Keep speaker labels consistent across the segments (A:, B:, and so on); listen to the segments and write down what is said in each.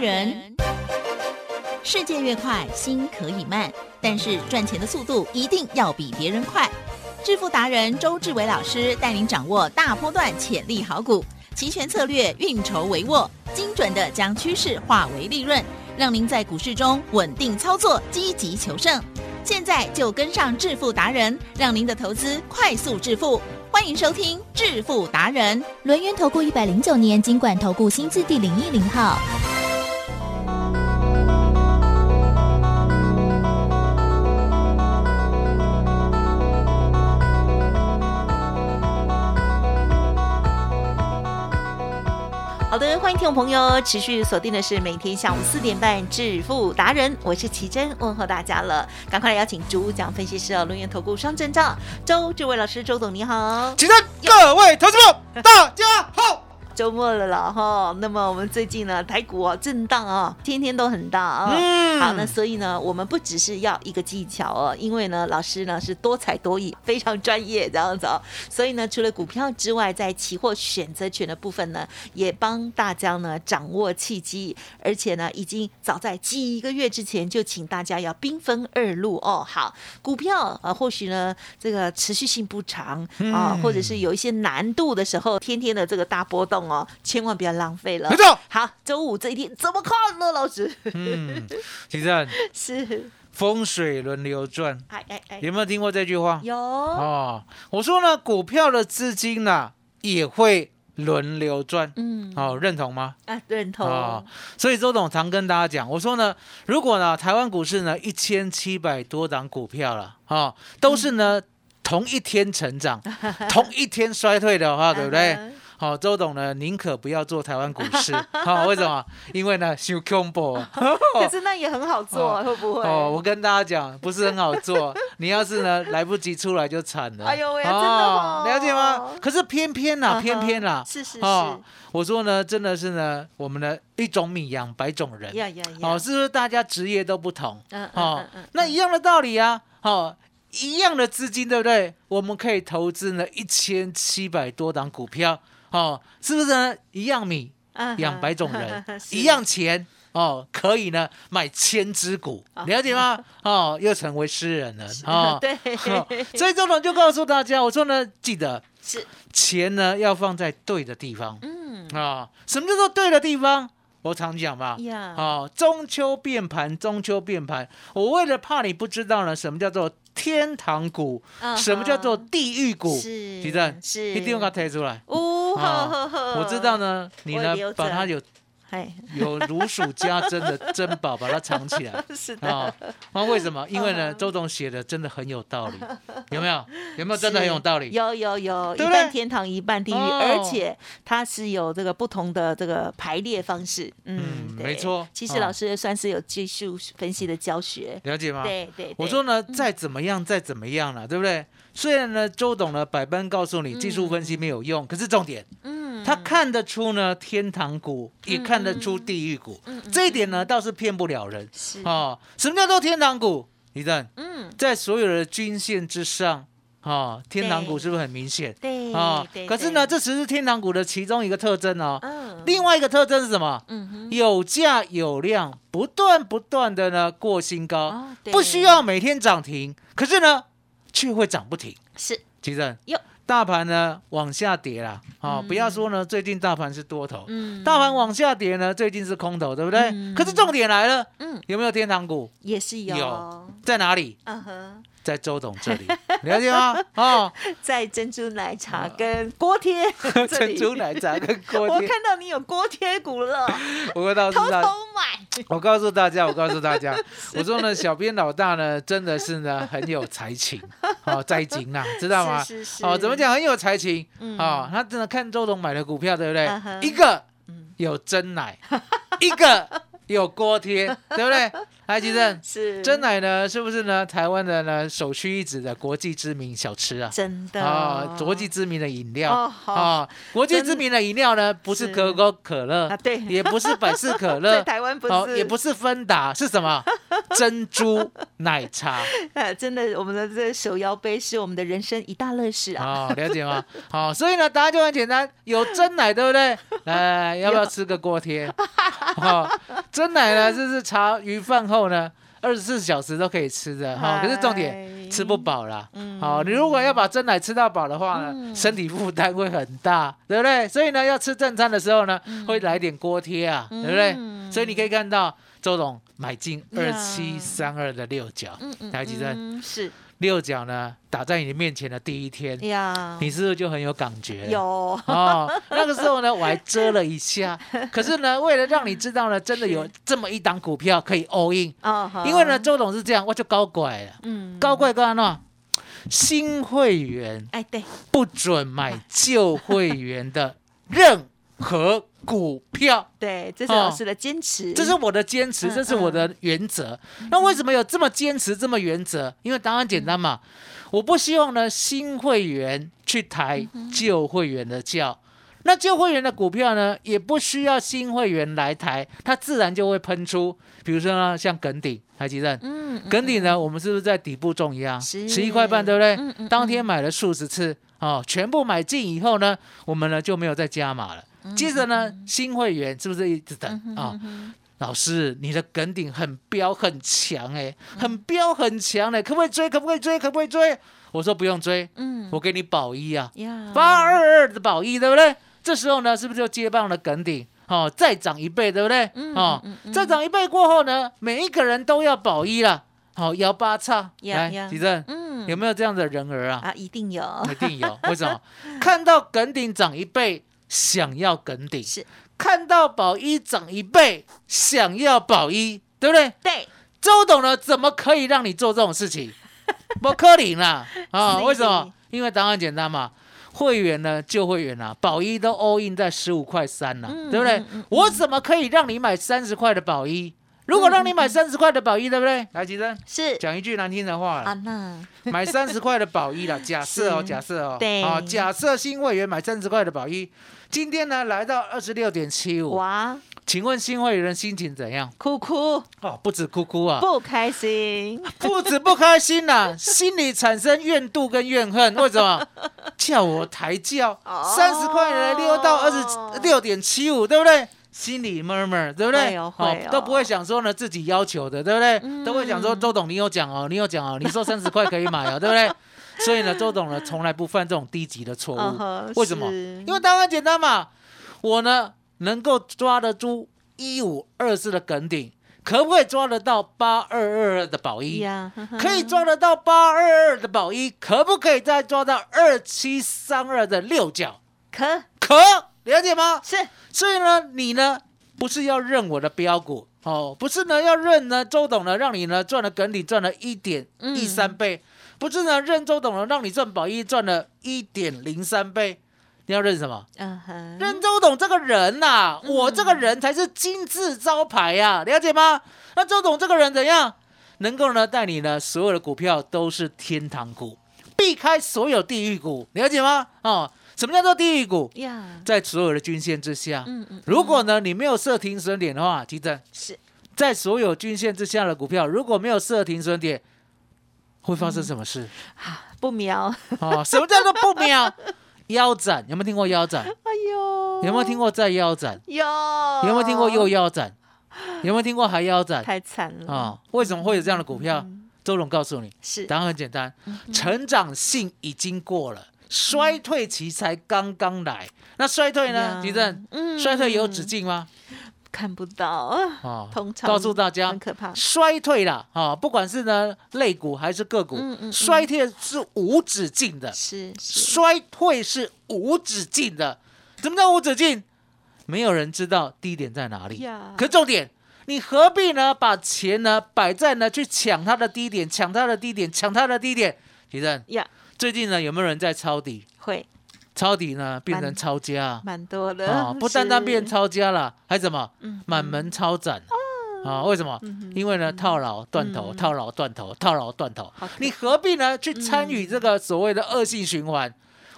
A: 人。世界越快，心可以慢，但是赚钱的速度一定要比别人快。致富达人周志伟老师带您掌握大波段潜力好股，齐全策略，运筹帷幄，精准的将趋势化为利润，让您在股市中稳定操作，积极求胜。现在就跟上致富达人，让您的投资快速致富。欢迎收听《致富达人》。
B: 轮源投顾一百零九年经管投顾新字第零一零号。
C: 好的，欢迎听众朋友持续锁定的是每天下午四点半《致富达人》，我是奇珍，问候大家了。赶快来邀请主讲分析师哦，轮源投顾双证照周志伟老师，周董你好。
D: 请问各位投资者，大家好。
C: 周末了啦哈，那么我们最近呢，台股啊震荡啊，天天都很大啊。
D: 嗯
C: 好，那所以呢，我们不只是要一个技巧哦，因为呢，老师呢是多才多艺，非常专业这样子哦。所以呢，除了股票之外，在期货选择权的部分呢，也帮大家呢掌握契机，而且呢，已经早在几个月之前就请大家要兵分二路哦。好，股票啊、呃或许呢这个持续性不长啊、
D: 嗯
C: 或者是有一些难度的时候，天天的这个大波动哦，千万不要浪费了
D: 没。错，
C: 好，周五这一天怎么看呢？老 师
D: 嗯，请问
C: 是，
D: 风水轮流转，
C: 哎哎哎，
D: 有没有听过这句话？
C: 有
D: 哦，我说呢，股票的资金呢、也会轮流转，
C: 嗯
D: 哦，认同吗？
C: 啊，认同，
D: 哦，所以周董常跟大家讲，我说呢，如果呢台湾股市呢一千七百多档股票了，哦，都是
C: 嗯
D: 呢、同一天成长，同一天衰退的啊话，对不 对？哦
C: 嗯
D: 好、周董呢，宁可不要做台湾股 市，好、为什么？因为呢，修 combo
C: 可是那也很好做啊，会不会？
D: 哦，我跟大家讲，不是很好做。你要是呢来不及出来就惨了。
C: 哎呦喂真的哦
D: 了解吗？可是偏偏
C: 嗯
D: 啦，
C: 哼
D: 啊偏偏啦，
C: 是是
D: 哦
C: 是，
D: 我说呢，真的是呢，我们的一种米养百种人。
C: 呀呀呀，
D: 哦，是不是大家职业都不同？
C: 嗯嗯
D: 哦
C: 嗯嗯，
D: 那一样的道理啊，哦，一样的资金，对不对？我们可以投资呢一千七百多档股票，哦，是不是呢？一样米
C: 嗯 哼
D: 养百种人
C: ，是
D: 一样钱。哦，可以呢，买千只股，了解
C: 。
D: 吗？哦，又成为诗人了 哦
C: 对
D: 所以周董就告诉大家，我说呢，记得
C: 是，
D: 钱呢要放在对的地方
C: 嗯
D: 啊、什么叫做对的地方？我常讲嘛，
C: 呀，
D: 哦，中秋变盘，中秋变盘。我为了怕你不知道呢，什么叫做天堂股，
C: 嗯
D: 什么叫做
C: 哼
D: 地狱股，
C: 是，
D: 地震
C: 是，
D: 一定要给它推出来。
C: 呜呵呵呵，
D: 我知道，呢，你
C: 呃我
D: 呢
C: 留着
D: 把它有
C: 哎，
D: 有如数家珍的珍宝把它藏起来。
C: 是的，
D: 啊、那为什么？因为呢，周董写的真的很有道理，有没有？有没有真的很有道理？
C: 有有有，一
D: 对不
C: 半
D: 对
C: 天堂一半地狱，
D: 哦
C: 而且它是有这个不同的这个排列方式。嗯，
D: 嗯
C: 对
D: 没错
C: 其实
D: 哦
C: 老师也算是有技术分析的教学。
D: 了解吗？
C: 对对，
D: 我
C: 对
D: 说呢，再怎么样，再怎么样了，对不对？虽然呢，周董呢百般告诉你技术分析没有用，可是重点，
C: 嗯，
D: 他看得出呢天堂股，也看得出地狱股，这一点呢倒是骗不了人
C: 嗯是
D: 哦。什么叫做天堂股？你看，
C: 嗯，
D: 在所有的均线之上，哦，天堂股
C: 对
D: 是不是很明显？
C: 对
D: 啊
C: 嗯对，
D: 可是呢，
C: 对
D: 这只是天堂股的其中一个特征哦。
C: 嗯
D: 另外一个特征是什么？
C: 嗯哼
D: 有价有量，不断不断的呢过新高，
C: 哦对
D: 不需要每天涨停，可是呢却会涨不停。
C: 是
D: 其实
C: 哟
D: 大盘呢往下跌啦，啊、不要说呢最近大盘是多头，
C: 嗯
D: 大盘往下跌呢最近是空头，对不对？
C: 嗯
D: 可是重点来了，
C: 嗯
D: 有没有天堂股？
C: 也是有
D: 有。在哪里？
C: 嗯哼，
D: 在周董 这里，了解吗？哦，
C: 在珍珠奶茶跟锅贴这
D: 珍
C: 里
D: 珠奶茶 跟
C: 我
D: 锅贴，
C: 看到你有锅贴股 了，
D: 我告诉
C: 偷
D: 大家，
C: 偷买。
D: 我告诉大家，我告诉大家， 我说呢，小编老大呢，真的是呢很有才 情，哦，才情呐、知道吗？
C: 是是是
D: 哦，怎么？讲很有才情？
C: 嗯
D: 哦，他真的看周董买的股票，对不对
C: 嗯哼？
D: 一个有真奶， 一个有锅贴，对不对？来，吉正，
C: 是
D: 真奶呢，是不是呢？台湾的呢，首屈一指的国际知名小吃啊。
C: 真的
D: 啊，国际知名的饮料
C: 哦好
D: 啊，国际
C: 真
D: 知名的饮料呢，不是
C: 是
D: 可口可乐
C: 啊对
D: 也不是百事可乐
C: 在，台湾不
D: 哦，
C: 是
D: 也不是芬达，是什么？ 珍珠奶茶
C: 呃，真的，我们的这手摇杯是我们的人生一大乐事啊！
D: 哦，了解吗？ 哎好、所以呢，答案就很简单，有真奶，对不对？来，要不要
C: 有
D: 吃个锅贴？哈，真奶呢，这是茶余饭后呢，二十四小时都可以吃的哈。可是重点
C: 嗨
D: 吃不饱啦。
C: 嗯
D: 好，你如果要把真奶吃到饱的话呢，
C: 嗯
D: 身体负担会很大，对不对？所以呢，要吃正餐的时候呢，会来点锅贴啊，对不对？
C: 嗯
D: 所以你可以看到周董买进二
C: 呀
D: 七三二的六角，
C: 嗯嗯，
D: 台积电
C: 嗯是
D: 六角呢打在你面前的第一天，
C: 呀，
D: 嗯你是啊不是就很有感觉了？
C: 有
D: 哦，那个时候呢，我还遮了一下。可是呢，为了让你 知道呢，真的有这么一档股票可以 all in，
C: 啊哈
D: 因为呢，，周董是这样，我就高拐了，
C: 嗯，
D: 高拐干嘛？新会员
C: 哎对，
D: 不准买旧会员的任何股票，
C: 对，这是
D: 哦
C: 老师的坚持，
D: 这是我的坚持，
C: 嗯
D: 这是我的原则。那为什么有这么坚持，这么原则？因为答案简单
C: 嗯
D: 嘛，我不希望呢新会员去抬
C: 嗯
D: 旧会员的轿。那旧会员的股票呢，也不需要新会员来抬，它自然就会喷出。比如说呢，像耿鼎、台积电，
C: 嗯，嗯
D: 耿鼎呢，我们是不是在底部重压？
C: 是
D: 十一块半，对不对？
C: 嗯嗯嗯
D: 当天买了数十次哦，全部买进以后呢，我们呢就没有再加码了。
C: 嗯
D: 接着呢，新会员是不是一直等啊、老师，你的梗顶很彪很强哎、
C: 嗯
D: 很彪很强哎、可不可以追？可不可以追？可不可以追？我说不用追，
C: 嗯
D: 我给你保一啊，
C: 呀，
D: 八二二的保一，对不对？这时候呢，是不是就接棒了梗顶？哦，再涨一倍，对不对？
C: 嗯
D: 哦，
C: 嗯
D: 再涨一倍过后呢，每一个人都要保一了。好、摇八叉，
C: 呀
D: 来，
C: 呀
D: 吉正，
C: 嗯
D: 有没有这样的人儿啊？
C: 啊，一定有，
D: 一 定有，为什么？看到梗顶涨一倍，想要梗顶；
C: 是
D: 看到宝一涨一倍，想要宝一，对不对？
C: 对，
D: 周董呢，怎么可以让你做这种事 情？不可能啦！啊，
C: 是
D: 为什么？因为答案简单嘛。会员呢，旧会员啊，宝一都 all in 在十五块三了、
C: 嗯
D: 对不对？
C: 嗯嗯
D: 我怎么可以让你买三十块的宝一？如果让
C: 嗯
D: 你买三十块的宝一，对不对？来，吉珍，
C: 是
D: 讲一句难听的话啦
C: 啊，那
D: 买三十块的宝一啦， 假设哦，
C: 是
D: 假设哦，
C: 对
D: 啊，假设新会员买三十块的宝一，今天呢来到二十六点七五，
C: 哇，
D: 请问新会员的心情怎样？
C: 哭哭
D: 哦，不止哭哭啊，
C: 不开心，
D: 不止不开心呐、心里产生怨妒跟怨恨，为什 么？叫我抬轿，
C: 哦
D: 三十块的溜到二十六点七五，对不对？心里 murmur，对不对？
C: 会哦会哦
D: 都不会想说呢自己要求的，对不对？
C: 嗯
D: 都会想说周董你有讲哦，你有讲哦，你说三十块可以买 哦，对不对？所以呢，周董呢从来不犯这种低级的错误。
C: 嗯哼
D: 为什么？
C: 是
D: 因为答案简单嘛，我呢能够抓得住一五二四的梗顶，可不可以抓得到八二二二的宝一？
C: 呀，
D: 哎可以抓得到八二二的宝一，可不可以再抓到二七三二的六角？
C: 可
D: 可了解吗？
C: 是
D: 所以呢，你呢不是要认我的标股哦，不是呢要认呢周董呢让你呢赚了梗里赚了一点一三倍，不是呢认周董呢让你赚宝一赚了一点零三倍，你要认什么？
C: 嗯哼，
D: 任周董这个人呐、我这个人才是金字招牌呀、了解吗？那周董这个人怎样，能够呢带你呢所有的股票都是天堂股，避开所有地狱股，了解吗？哦，什么叫做地狱股？
C: 呀，
D: 在所有的均线之下，
C: 嗯嗯，
D: 如果呢你没有设停损点的话，记得
C: 是
D: 在所有均线之下的股票，如果没有设停损点，会发
C: 嗯
D: 生什么事？
C: 不瞄，
D: 哦，什么叫做不秒？腰斩有没有听过腰斩？
C: 哎呦，
D: 有没有听过再腰斩？
C: 有
D: 有没有听过右腰 斩？有没有听过海腰斩？
C: 哦太惨了
D: 啊、为什么会有这样的股票？周总告诉你，
C: 是嗯
D: 答案很简单，成长性已经过了，衰退期才刚刚来。那衰退呢？
C: 呀
D: 吉正，
C: 嗯
D: 衰退有止境吗？
C: 看不到，
D: 啊
C: 通常
D: 告诉大家
C: 很，可怕，
D: 衰退啦，啊、不管是呢类股还是个股，
C: 嗯嗯嗯
D: 衰退是无止境的，
C: 是是，
D: 衰退是无止境的。怎么叫无止境？没有人知道低点在哪里。
C: 呀
D: 可重点，你何必呢？把钱呢摆在呢去抢它的低点，抢它的低点，抢它的低点？提正，
C: 呀
D: 最近呢有没有人在抄底？
C: 会
D: 抄底呢变成
C: 蛮
D: 抄家啊、
C: 蛮多的，
D: 啊不单单变
C: 是
D: 抄家了，还怎么
C: 嗯哦
D: 满门抄斩？啊，为什么？因为呢，套牢断头，套牢断头，套牢断头
C: 嗯好可，嗯
D: 你何必呢去参与这个所谓的恶性循环？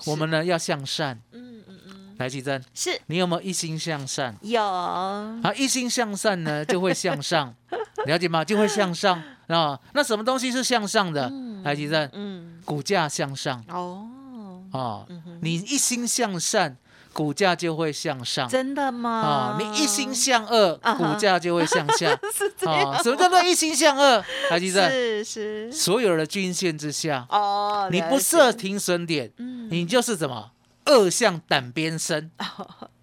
D: 我们呢要向善，
C: 嗯嗯嗯，
D: 来奇珍，
C: 是
D: 你有没有一心向善？
C: 有
D: 啊，一心向善呢，就会向上，了解吗？就会向上啊。那什么东西是向上的？来，吉正，
C: 嗯
D: 股价向上
C: 哦，
D: 啊
C: 嗯哼，
D: 你一心向善，股价就会向上。
C: 真的吗
D: 啊、？你一心向恶，
C: 啊哈
D: 股价就会向 下。
C: 是这样
D: 啊、什么叫做一心向恶？还记得
C: 是哦是
D: 所有的均线之下，
C: 哦，
D: 你
C: 了
D: 不
C: 解
D: 设停损点，
C: 嗯
D: 你就是怎么恶向胆边 生？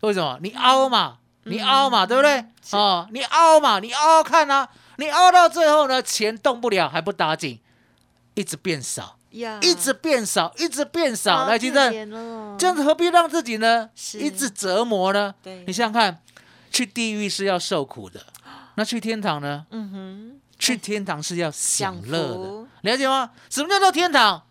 D: 为什么？你凹嘛，
C: 嗯
D: 你凹嘛，对不对？哦，你凹嘛，你凹看啊，你凹到最后呢，钱动不了还不打紧，一直变少，
C: 呀
D: 一直变少，一直变少，来，
C: 记
D: 金
C: 得
D: 正，这样子何必让自己呢
C: 哦是
D: 一直折磨呢
C: 对？
D: 你想想看，去地狱是要受苦的，那去天堂呢？
C: 嗯哼，
D: 去天堂是要享乐
C: 享
D: 的
C: 福，
D: 了解吗？什么叫做天堂？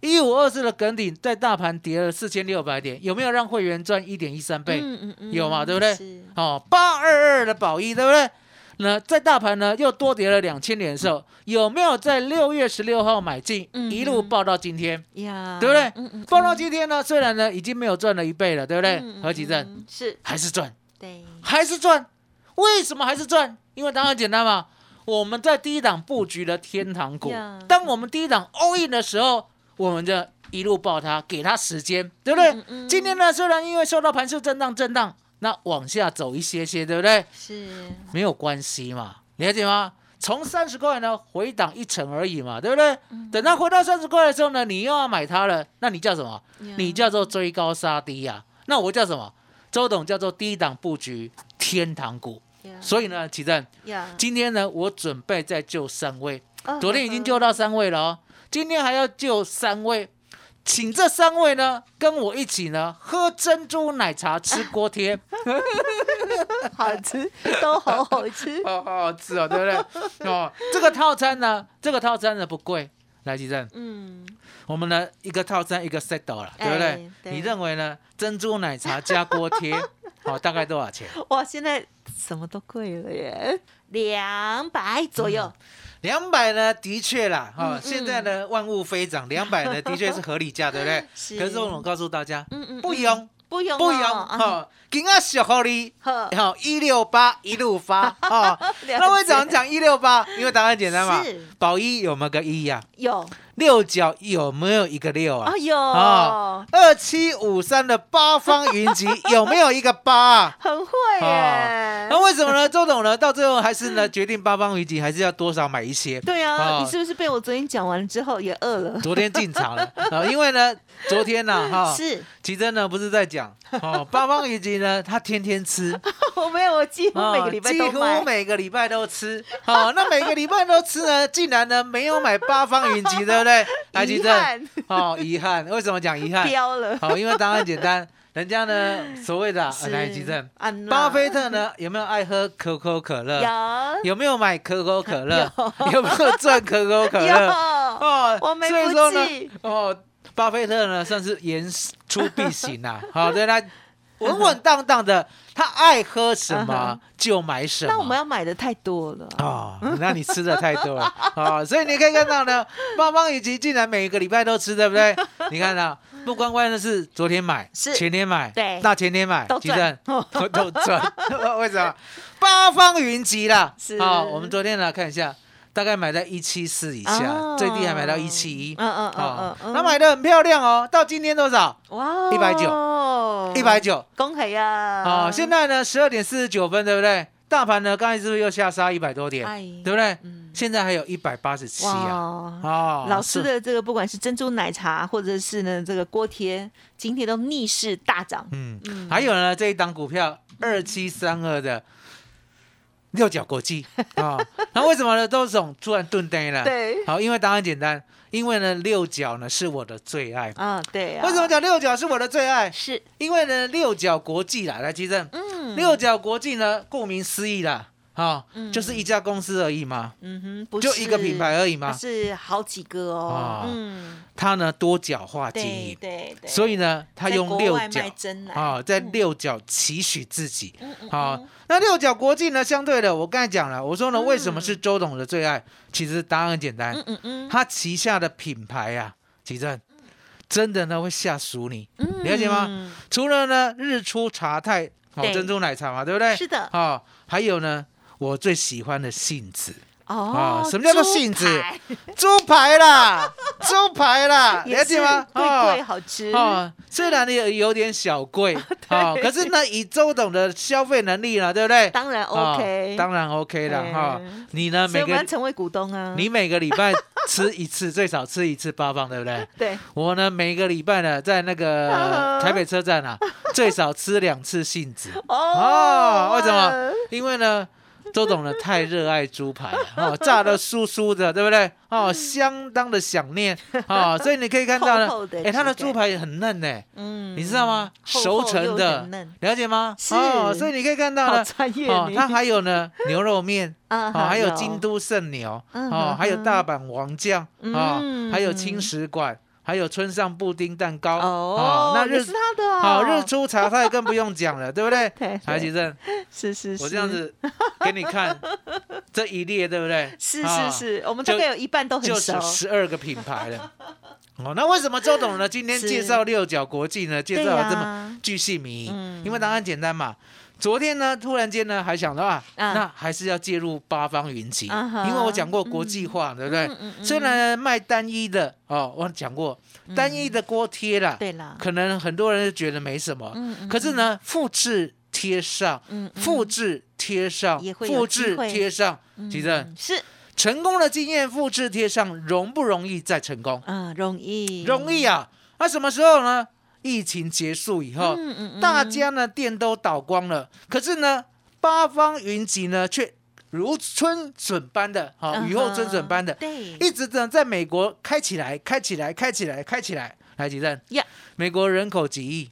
D: 一五二四的梗顶在大盘跌了四千六百点，有没有让会员赚一点一三倍？
C: 嗯嗯嗯
D: 有嘛，对不对
C: 是？
D: 哦，八二二的宝一，对不对？那在大盘呢又多跌了两千点的时候，有没有在六月十六号买进，
C: 嗯
D: 一路爆到今天，
C: 呀，
D: 对不对？
C: 嗯嗯，
D: 爆到今天呢，虽然呢已经没有赚了一倍了，对不对？
C: 嗯嗯
D: 何其正
C: 嗯是
D: 还是赚，
C: 对，
D: 还是赚。为什么还是赚？因为答案很简单嘛，我们在第一档布局的天堂股
C: Yeah
D: 当我们第一档 all in 的时候，我们就一路爆它，给它时间，对不对？
C: 嗯嗯
D: 今天呢，虽然因为受到盘势震荡震荡，那往下走一些些，对不对？
C: 是
D: 没有关系嘛，了解吗？从三十块呢回档一成而已嘛，对不对？
C: 嗯
D: 等它回到三十块的时候呢，你又要买它了，那你叫什么？
C: 呀
D: 你叫做追高杀低呀、那我叫什么？周董叫做低档布局天堂股。
C: 呀
D: 所以呢，奇正，
C: 呀，
D: 今天呢，我准备再救三位，
C: 哦
D: 昨天已经
C: 嗯
D: 救到三位了哦，今天还要救三位，请这三位呢跟我一起呢喝珍珠奶茶，吃锅贴，
C: 好吃，都好好吃
D: ，好好吃 哦，对不 对？哦，这个套餐呢，这个套餐呢不贵。来，奇正，
C: 嗯，
D: 我们呢一个套餐一个 set 了，对不
C: 哎
D: 对？
C: 对
D: 你认为呢？珍珠奶茶加锅 贴，好、大概多少钱？
C: 哇，现在什么都贵了耶，两百左右，
D: 嗯两百呢，的确啦，哈、
C: 嗯
D: 现在呢万物飞涨，两百呢的确是合理价，对不对？
C: 是
D: 可是我告诉大家，
C: 嗯嗯，
D: 不
C: 嗯
D: 用
C: 不用
D: 不用
C: 哦
D: 哈、，今仔小合理，
C: 呵
D: 好一六八一 路发哈。
C: 解
D: 那为什么讲一六八？因为答案简单嘛
C: 是，
D: 保一有没有个一呀、
C: 有
D: 六角有没有一个六啊
C: 啊？有
D: 啊，，二七五三的八方 云集有没有一个八啊？
C: 很会
D: 啊
C: 耶
D: 那，为什么呢？周董呢，到最后还是呢决定八方云集还是要多少买一些。
C: 对啊，
D: 啊
C: 你是不是被我昨天讲完之后也饿了？
D: 昨天进场了啊，因为呢，昨 天呢、哈，
C: 是，
D: 奇珍呢不是在讲 哦，八方云集呢，他天天吃，
C: 我没有，我几乎
D: 啊
C: 每个礼拜
D: 几
C: 都买
D: 乎，每个礼拜都吃，哦，那每个礼拜都吃呢，竟然呢没有买八方云集，对 不对？来，奇
C: 遗
D: 珍，
C: 憾
D: 哦，遗憾，为什么讲 遗憾？
C: 飙了。
D: 好，因为答案简单，人 家呢所谓的
C: 是
D: 来，奇珍，
C: 安娜
D: 巴菲特呢有没有爱喝可口可乐？
C: 有
D: 有没有买可口 可乐？ 有没有赚可口可乐？
C: 有，
D: 哦，
C: 我没
D: 所以
C: 福
D: 说呢
C: 气，
D: 哦，巴菲特呢算是言出必行 啊，好对他稳
C: 嗯
D: 稳当当的，他爱喝什么就买什么。
C: 那我们要买的太多了。
D: 哦，那你吃的太多了哦，所以你可以看到呢，棒棒以及竟然每个礼拜都吃，对不对？你看到不光光的是昨天买，
C: 是
D: 前天买，
C: 对
D: 大前天买，
C: 都
D: 急
C: 赚哦
D: 诊 都都赚，为什么？八方云集啦，
C: 是
D: 哦，我们昨天来看一下。大概买在一七四以下，
C: 哦
D: 啊最低还买到一七一，
C: 嗯嗯嗯
D: 哦
C: 嗯嗯
D: 那买的很漂亮哦。到今天多少？
C: 哇，嗯
D: 一百，九。
C: 恭喜啊呀！
D: 哦，现在呢十二点四十九分，对不对？大盘呢刚才是不是又下杀一百多点
C: 哎，
D: 对不对
C: 嗯？
D: 现在还有一百八十七啊！
C: 哇。
D: 哦，
C: 老师
D: 是
C: 的这个不管是珍珠奶茶，或者是呢这个锅贴，今天都逆势大涨。
D: 嗯，还有呢这一档股票二七三二的六角国际 啊，那为什么呢？周总突然顿呆了。
C: 对
D: 好，因为答案简单，因为呢六角呢是我的最爱。
C: 啊，对啊。
D: 为什么讲六角是我的最爱？
C: 是
D: 因为呢六角国际啦，来吉正，
C: 嗯
D: 六角国际呢顾名思义啦，啊
C: 嗯，
D: 就是一家公司而已嘛。
C: 嗯哼，不是
D: 就一个品牌而已
C: 它
D: 嘛。
C: 是好几个哦
D: 啊。
C: 嗯，
D: 它呢多角化经
C: 对
D: 营，
C: 对对。
D: 所以呢，它
C: 在
D: 用
C: 国
D: 六
C: 外卖
D: 角
C: 真奶
D: 啊，在
C: 嗯
D: 六角期许自己
C: 嗯嗯
D: 啊
C: 嗯。
D: 那六角国际呢，相对的，我刚才讲了，我说呢，
C: 嗯
D: 为什么是周董的最爱？其实答案很简单
C: 嗯，嗯嗯，
D: 它旗下的品牌啊，奇正真的呢会吓死你，
C: 嗯
D: 了解吗？除了呢日出茶太哦
C: 对
D: 哎珍珠奶茶嘛，对不对？
C: 是的
D: 啊，还有呢，我最喜欢的杏子
C: 哦
D: 啊，什么叫做
C: 猪
D: 性质
C: 排？
D: 猪排啦， 猪排啦，
C: 也
D: 了
C: 是
D: 解吗？
C: 贵
D: 啊
C: 贵嗯好吃，
D: 哦，虽然有有点小 贵哦，可是呢，以周董的消费能力了，对不对？
C: 当然
D: 哦
C: OK，
D: 当然 OK 了哈
C: 对。
D: 你呢，
C: 所以
D: 每
C: 我们要
D: 个
C: 成为股东啊。
D: 你每个礼拜吃一次，最少吃一次八磅，对 不对？
C: 对，
D: 我呢，每个礼拜呢，在那个
C: 嗯
D: 台北车站啊，最少吃两次杏子。
C: 哦
D: 哦，，啊为什么？ 因为呢，周董呢太热爱猪排 了，哦，炸的酥酥的，对不对？哦，
C: 嗯
D: 相当的想念 哦，所以你可以看到呢
C: 厚厚的，
D: 哎，他的
C: 质感
D: 猪排也很嫩呢，
C: 嗯
D: 你知道吗？
C: 厚
D: 熟
C: 厚
D: 成
C: 又
D: 的
C: 很嫩，
D: 了解吗？
C: 是
D: 哦，所以你可以看到
C: 好
D: 呢，
C: 专业
D: 哦，
C: 你
D: 它还 有呢牛肉面。
C: 啊
D: 哦，还有京都圣牛，
C: 嗯
D: 哦
C: 哼，
D: 还有
C: 哼
D: 大阪王酱，哦
C: 嗯，
D: 还有青石馆，还有村上布丁蛋糕，
C: 哦，
D: 啊那
C: 也
D: 日
C: 是他的哦
D: 好日出茶太更不用讲了，对不对？
C: 对
D: 台吉正，
C: 是是是，
D: 我这样子给 你看这一列，对不对？
C: 是
D: 啊
C: 是是，我们
D: 就
C: 大概有一半都很
D: 就是
C: 熟，
D: 十二个品牌了。 哦，那为什么周董呢？今天
C: 是
D: 介绍六角国际呢，介绍
C: 对
D: 的
C: 呀
D: 这么巨细靡遗，
C: 嗯
D: 因为答案简单嘛。昨天呢，突然间呢，还想到啊，
C: 啊
D: 那还是要介入八方云集，
C: 啊哈
D: 因为我讲过国际化，对不对？
C: 嗯嗯嗯嗯
D: 虽然卖单一的哦，我讲过单一的锅贴啦，
C: 对啦，
D: 可能很多人就觉得没什么，
C: 嗯嗯
D: 可是呢，复制贴上，
C: 嗯嗯
D: 复制贴上，
C: 也会有
D: 复
C: 机
D: 制
C: 会
D: 贴上，其实
C: 嗯是
D: 成功的经验复制贴上，容不容易再成功？
C: 啊，容易
D: 容易啊！那什么时候呢？疫情结束以后，
C: 嗯嗯嗯
D: 大家呢店都倒光了，可是呢，八方云集呢却如春笋般的，哈、雨后春笋般的
C: 嗯哼，对，
D: 一直呢在美国开起来，开起来，开起来，开起来。来，吉正
C: 呀
D: 美国人口 几亿，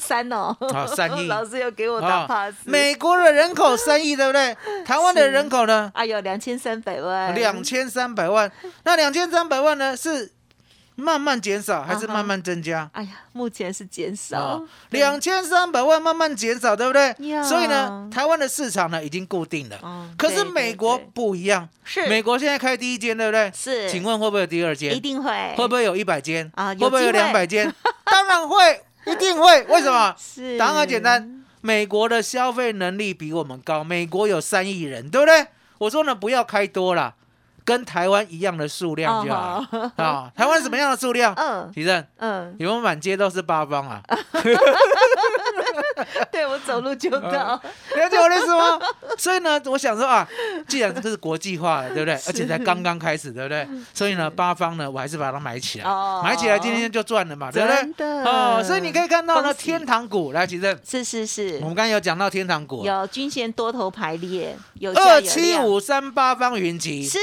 C: 三哦，
D: 啊三亿
C: 老师又给我打
D: 啊
C: pass，
D: 美国的人口三亿，对不对？台湾的人口呢，
C: 哎呦，两千三百万，
D: 两千三百万。那两千三百万呢，是慢慢减少还是慢慢增加？啊
C: 哎呀，目前是减嗯少，对
D: 两千三百万慢慢减少，对不对
C: 呀？
D: 所以呢，台湾的市场呢已经固定了。
C: 嗯
D: 可是
C: 对
D: 美
C: 对
D: 国
C: 对
D: 不一样，
C: 是
D: 美国现在开第一间，对不对？
C: 是
D: 请问会不会有第二间？
C: 一定会
D: 会不会有一百间
C: 啊有
D: 会不会有
C: 机
D: 两
C: 会
D: 百间？当然会，一定会。为什么？
C: 是
D: 答案很简单，美国的消费能力比我们高，美国有三亿人，对不对？我说呢，不要开多啦，跟台湾一样的数量就好了啊、台湾什么样的数量？
C: 哦 嗯
D: 提正。
C: 嗯，
D: 有没有满街都是八方啊？
C: 对我走路就到，
D: 了解我的意思吗？ 所以呢，我想说啊，既然这是国际化了，对不对？而且才刚刚开始，对不对？所以呢，八方呢，我还是把它买起来，
C: 哦
D: 买起来今天就赚了嘛，对不
C: 真
D: 对？
C: 的
D: 哦，所以你可以看到呢，
C: 恭喜
D: 天堂股来，其实
C: 是是是
D: 我，们刚才有讲到天堂股，
C: 有均线多头排列，有价有
D: 二七
C: 量
D: 五三八方云集
C: 是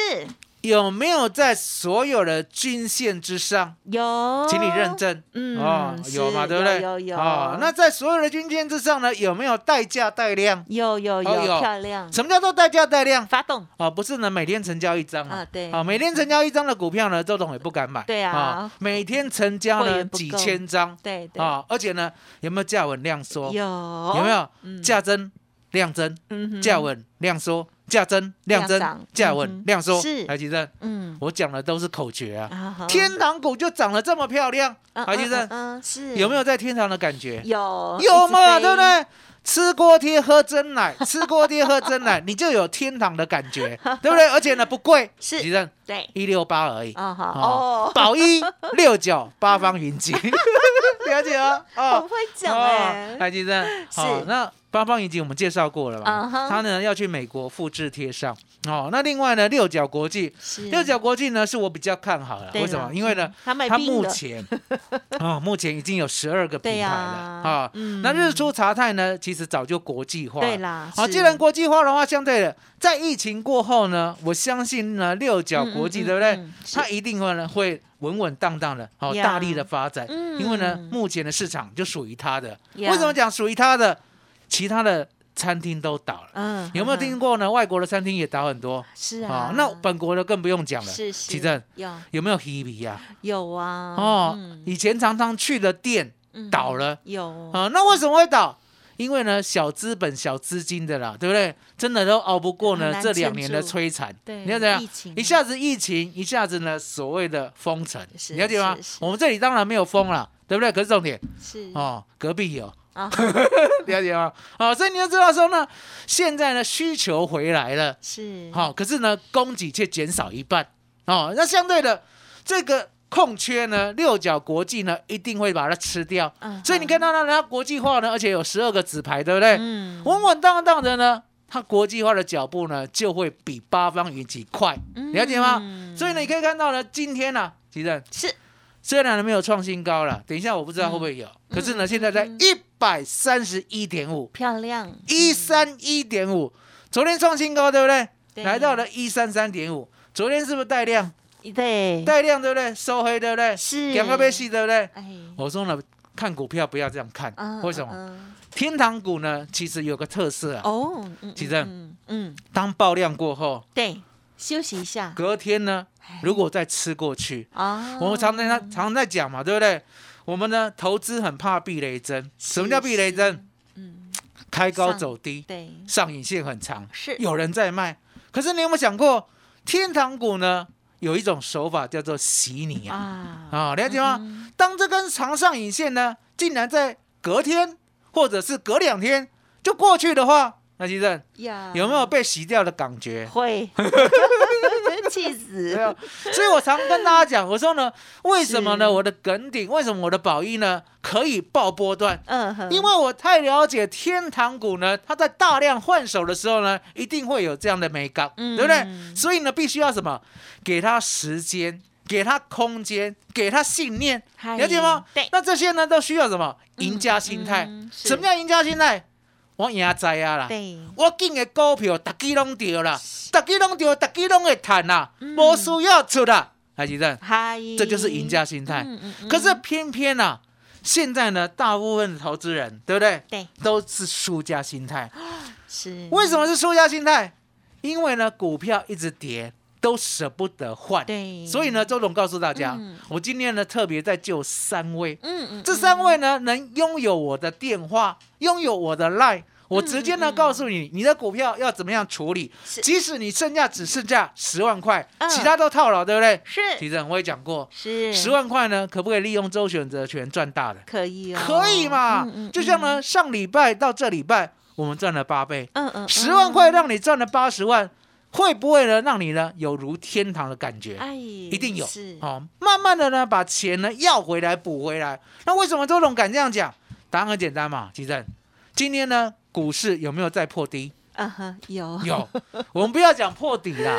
D: 有没有在所有的均线之上？
C: 有，
D: 请你认证，
C: 哦嗯
D: 哦，有嘛，
C: 是
D: 对不
C: 有
D: 对？
C: 有有
D: 哦，那在所有的均线之上呢，有没有带价带量？
C: 有有有
D: 哦有
C: 漂亮，
D: 什么叫做带价带量？
C: 发动
D: 啊，不是呢，每天成交一张啊
C: 啊对
D: 啊，每天成交一张的股票呢，周董也不敢买，哦
C: 对啊
D: 每天成交
C: 会
D: 呢
C: 员不够
D: 几千张，
C: 对对
D: 啊，而且呢，有没有价稳量缩？
C: 有嗯
D: 有
C: 有
D: 没有价增量增，
C: 有
D: 价稳量缩，价增量
C: 嗯量
D: 增
C: 涨，
D: 价
C: 嗯
D: 稳
C: 哼
D: 量缩？
C: 是
D: 台积电，
C: 嗯
D: 我讲的都是口诀啊。
C: 啊好
D: 天堂股就长得这么漂亮，
C: 嗯
D: 台积
C: 嗯
D: 电
C: 嗯嗯是
D: 有没有在天堂的感觉？
C: 有
D: 有嘛，
C: 一直飞
D: 对不对？吃锅贴喝真 奶，吃锅贴喝真奶，你就有天堂的感觉，对不对？而且呢，不贵，
C: 是
D: 其实
C: 对
D: 一六八而已。
C: 啊好
D: 哦
C: 哦，，
D: 宝一六九八方云集， 了解哦。
C: 很
D: 哦，
C: 会讲哎
D: 哦，来，其实好
C: 是，
D: 那八方云集我们介绍过了
C: 嗯
D: 嘛？
C: 哼
D: 他呢要去美国复制贴上哦。那另外呢，六角国际，
C: 是
D: 六角国际呢是我比较看好了，
C: 对
D: 为什么？
C: 了
D: 因为呢
C: 嗯，他卖
D: 它
C: 冰
D: 目
C: 的
D: 前 哦，目前已经有十二个品
C: 对
D: 牌了
C: 呀
D: 啊。
C: 嗯
D: 那日出茶太呢，其实早就国际化了。
C: 对啦
D: 好，
C: 是
D: 既然国际化的话，相对的，在疫情过后呢，我相信呢，六角国际
C: 嗯嗯
D: 对不对
C: 嗯？是
D: 它一定会呢会稳稳当当的，好
C: 呀
D: 大力的发展。
C: 嗯
D: 因为呢，目前的市场就属于它的。
C: 呀
D: 为什么讲属于它的？其他的餐厅都倒了。
C: 嗯
D: 有没有听
C: 嗯
D: 过呢？外国的餐厅也倒很多
C: 是
D: 啊
C: 啊，
D: 那本国的更不用讲了。
C: 是是
D: 奇正
C: 有
D: 有没有 Hebe 呀？
C: 有啊
D: 哦
C: 嗯，
D: 以前常常去的店
C: 嗯
D: 倒了
C: 有
D: 啊，那为什么会倒？因为呢，小资本、小资金的啦，对不对？真的都熬不过
C: 很
D: 呢
C: 难
D: 这两年的
C: 撑住
D: 摧残。
C: 对
D: 你要怎样
C: 疫情？啊
D: 一下子疫情，一下子呢所谓的封城，
C: 是
D: 你了解吗
C: 是是？
D: 我们这里当然没有封了，对不对？可是重点
C: 是
D: 哦，隔壁有，
C: 啊
D: 了解吗？好，所以你就知道说呢，现在呢需求回来了，
C: 是
D: 好、可是呢供给却减少一半，哦，那相对的这个空缺呢，六角国际呢一定会把它吃掉，
C: 嗯
D: 所以你看到呢，它国际化呢，而且有十二个子牌，对不对？
C: 嗯
D: 稳稳当当的呢，它国际化的脚步呢就会比八方云集快，了解吗？
C: 嗯
D: 所以呢，你可以看到呢，今天呢、其实
C: 是
D: 虽然没有创新高了，等一下我不知道会不会有，
C: 嗯
D: 可是呢，现在在一百三十一点五，
C: 漂亮，
D: 一三一点五，昨天创新高，对不对？
C: 对
D: 来到了一三三点五，昨天是不是带量？
C: 对，
D: 带量对不对？收黑对不对？
C: 是
D: 两个被戏对不对？
C: 哎，
D: 我说呢，看股票不要这样看，
C: 嗯
D: 为什么？
C: 嗯
D: 天堂股呢，其实有个特色啊，
C: 哦，嗯
D: 其
C: 嗯
D: 实
C: 嗯嗯，
D: 当爆量过后，
C: 对，休息一下
D: 隔天呢
C: 哎，
D: 如果再吃过去，
C: 啊，
D: 我们常常常常在讲嘛，对不对？我们呢，投资很怕避雷针。什么叫避雷针？
C: 嗯，
D: 开高走低，
C: 对，
D: 上影线很长，
C: 是
D: 有人在卖。可是你有没有想过，天堂股呢，有一种手法叫做洗你啊
C: 啊，
D: 啊，了解吗？
C: 嗯
D: 当这根长上影线呢，竟然在隔天或者是隔两天就过去的话，那其
C: 嗯
D: 实
C: 呀，
D: 有没有被洗掉的感觉？
C: 会气死？
D: 没有，所以我常跟大家讲，我说呢，为什么呢？
C: 是
D: 我的梗顶，为什么我的宝一呢可以爆波段？
C: 嗯哼，
D: 因为我太了解天堂股呢，它在大量换手的时候呢，一定会有这样的美感，
C: 嗯
D: 对不对？所以呢，必须要什么？给它时间，给它空间，给它信念，
C: 嗨
D: 了解吗？
C: 对，
D: 那这些呢，都需要什么？赢家心态。
C: 嗯是
D: 什么叫赢家心态？我赢在啊啦。
C: 对，
D: 我进的股票，逐家拢对啦，逐家拢对，逐家拢会赚啦，
C: 嗯
D: 无、需要出啦，还记得？
C: 嗨，
D: 这就是赢家心态。
C: 嗯嗯嗯
D: 可是偏偏啊，现在呢，大部分的投资人，对不对？
C: 对，嗯
D: 都是输家心态。
C: 是
D: 为什么是输家心态？因为呢，股票一直跌，都舍不得换。
C: 对
D: 所以呢，周总告诉大家，
C: 嗯
D: 我今天呢特别在救三位，
C: 嗯嗯
D: 这三位呢能拥有我的电话，拥有我的 line。我直接呢告诉你，你的股票要怎么样处理。
C: 嗯是
D: 即使你剩下只剩下十万块，
C: 嗯
D: 其他都套牢，对不对？
C: 是
D: 其实我也讲过，
C: 是
D: 十万块呢，可不可以利用周选择权赚大的？
C: 可以哦，
D: 可以嘛？
C: 嗯
D: 就像，呢，上礼拜到这礼拜，我们赚了八倍，
C: 嗯嗯嗯，
D: 十万块让你赚了八十万，会不会呢让你呢有如天堂的感觉？
C: 哎，
D: 一
C: 一
D: 定有
C: 是
D: 好、哦，慢慢的呢把钱呢要回来补回来。那为什么周总敢这样讲？答案很简单嘛，其正，今天呢股市有没有再 破低？
C: 啊哈，有
D: 有，我们不要讲破底啦，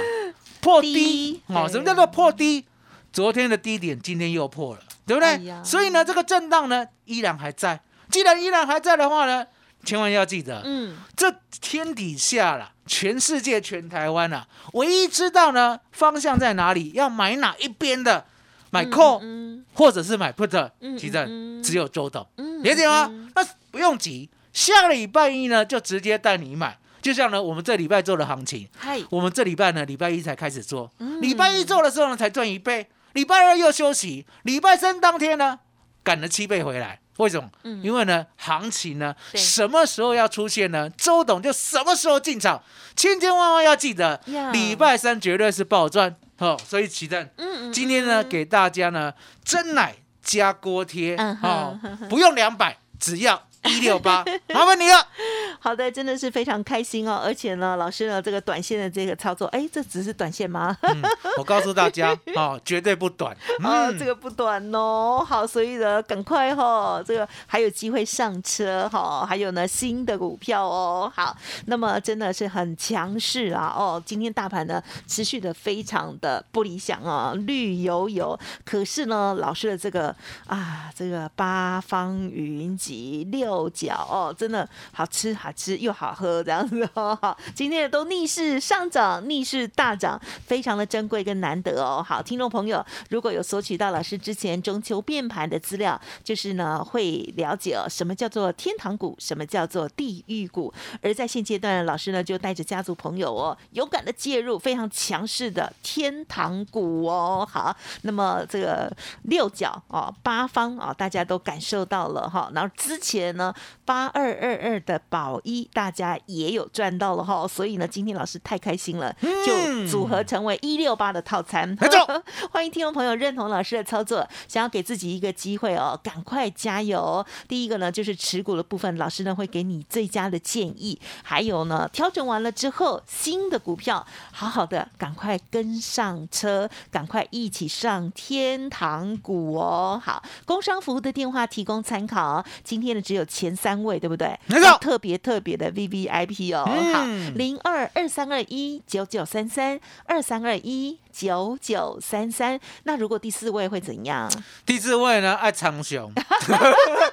D: 破低
C: 低
D: 哦，
C: 对
D: 什么叫做破低？昨天的低点今天又破了，对不对？
C: 哎呀
D: 所以呢，这个震荡呢依然还在。既然依然还在的话呢，千万要记得，
C: 嗯
D: 这天底下啦，全世界全台湾啦，唯一知道呢方向在哪里，要买哪一边的，买 call、
C: 嗯
D: 或者是买 put，
C: 嗯
D: 其实
C: 嗯嗯
D: 只有啊周董。
C: 嗯
D: 理解吗
C: 嗯？
D: 哦那不用急，下个礼拜一呢就直接带你买。就像呢，我们这礼拜做的行情，
C: 嗨，
D: 我们这礼拜呢礼拜一才开始做，
C: 嗯
D: 礼拜一做的时候呢才赚一倍，礼拜二又休息，礼拜三当天呢赶了七倍回来。为什么？
C: 嗯
D: 因为呢，行情呢，
C: 对
D: 什么时候要出现呢？周董就什么时候进场，千千万万要记得
C: 呀，
D: 礼拜三绝对是暴赚哦。所以期待
C: 嗯嗯，
D: 今天呢，给大家呢蒸奶加锅贴
C: 嗯哼
D: 哦，不用两百，只要一六八，麻烦你了。
C: 好的，真的是非常开心哦！而且呢，老师呢，这个短线的这个操作，哎，这只是短线吗？
D: 嗯，我告诉大家哦，绝对不短。
C: 哦，
D: 嗯
C: 这个不短哦。好，所以呢，赶快哈、哦，这个还有机会上车哈、还有呢，新的股票哦。好，那么真的是很强势啊哦。今天大盘呢，持续的非常的不理想啊，绿油油。可是呢，老师的这个啊，这个八方云集六角哦，真的好吃好吃又好喝这样子哦。好，今天也都逆势上涨，逆势大涨，非常的珍贵跟难得哦。好，听众朋友，如果有索取到老师之前中秋变盘的资料，就是呢会了解哦，什么叫做天堂股，什么叫做地狱股。而在现阶段，老师呢就带着家族朋友哦，勇敢的介入非常强势的天堂股哦。好，那么这个六角哦，八方哦，大家都感受到了哈、然后之前呢，八二二二的宝一大家也有赚到了哈，所以呢，今天老师太开心了，就组合成为一六八的套餐。
D: 嗯没错
C: 欢迎听众朋友认同老师的操作，想要给自己一个机会哦，赶快加油哦！第一个呢，就是持股的部分，老师呢会给你最佳的建议，还有呢，调整完了之后，新的股票好好的，赶快跟上车，赶快一起上天堂股哦！好，工商服务的电话提供参考，哦今天的只有前三位，对不对？
D: 没错
C: 特别特别的 V V I P 哦，好，零二二三二一九九三三二三二一九九三三。那如果第四位会怎样？
D: 第四位呢，爱苍 熊，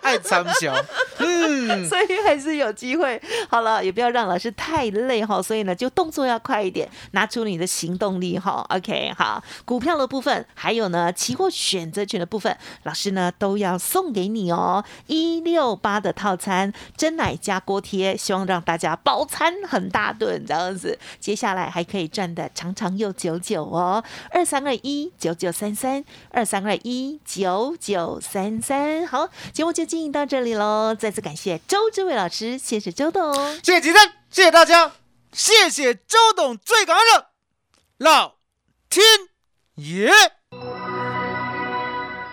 D: 爱苍熊，嗯，
C: 所以还是有机会。好了，也不要让老师太累哈，所以呢，就动作要快一点，拿出你的行动力哈。OK，好，股票的部分，还有呢，期货选择权的部分，老师呢都要送给你哦。一六八的套餐，真奶加锅贴，希望让大家饱餐很大顿这样子，接下来还可以赚的长长又久久哦。二三二一九九三三，二三二一九九三三。好，节目就进行到这里喽，再次感谢周志伟老师，谢谢周董。
D: 谢谢吉正，谢谢大家，谢谢周董，最感恩的老天爷。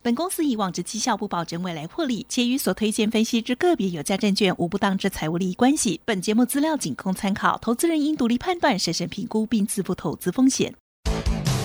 E: 本公司以往之绩效不保证未来获利，且与所推荐分析之个别有价证券无不当之财务利益关系。本节目资料仅供参考，投资人应独立判断、审慎评估并自负投资风险。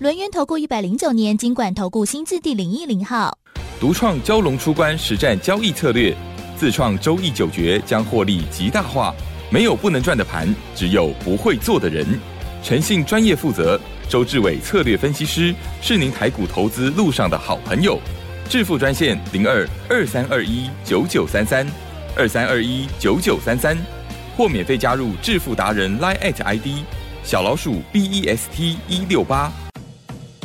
B: 轮源投顾一百零九年经管投顾新字第零一零号。
F: 独创蛟龙出关实战交易策略，自创周易九诀将获利极大化。没有不能赚的盘，只有不会做的人。诚信、专业、负责，周志伟策略分析师是您台股投资路上的好朋友。致富专线零二二三二一九九三三二三二一九九三三，或免费加入致富达人 Line at ID 小老鼠 B E S T 一六八。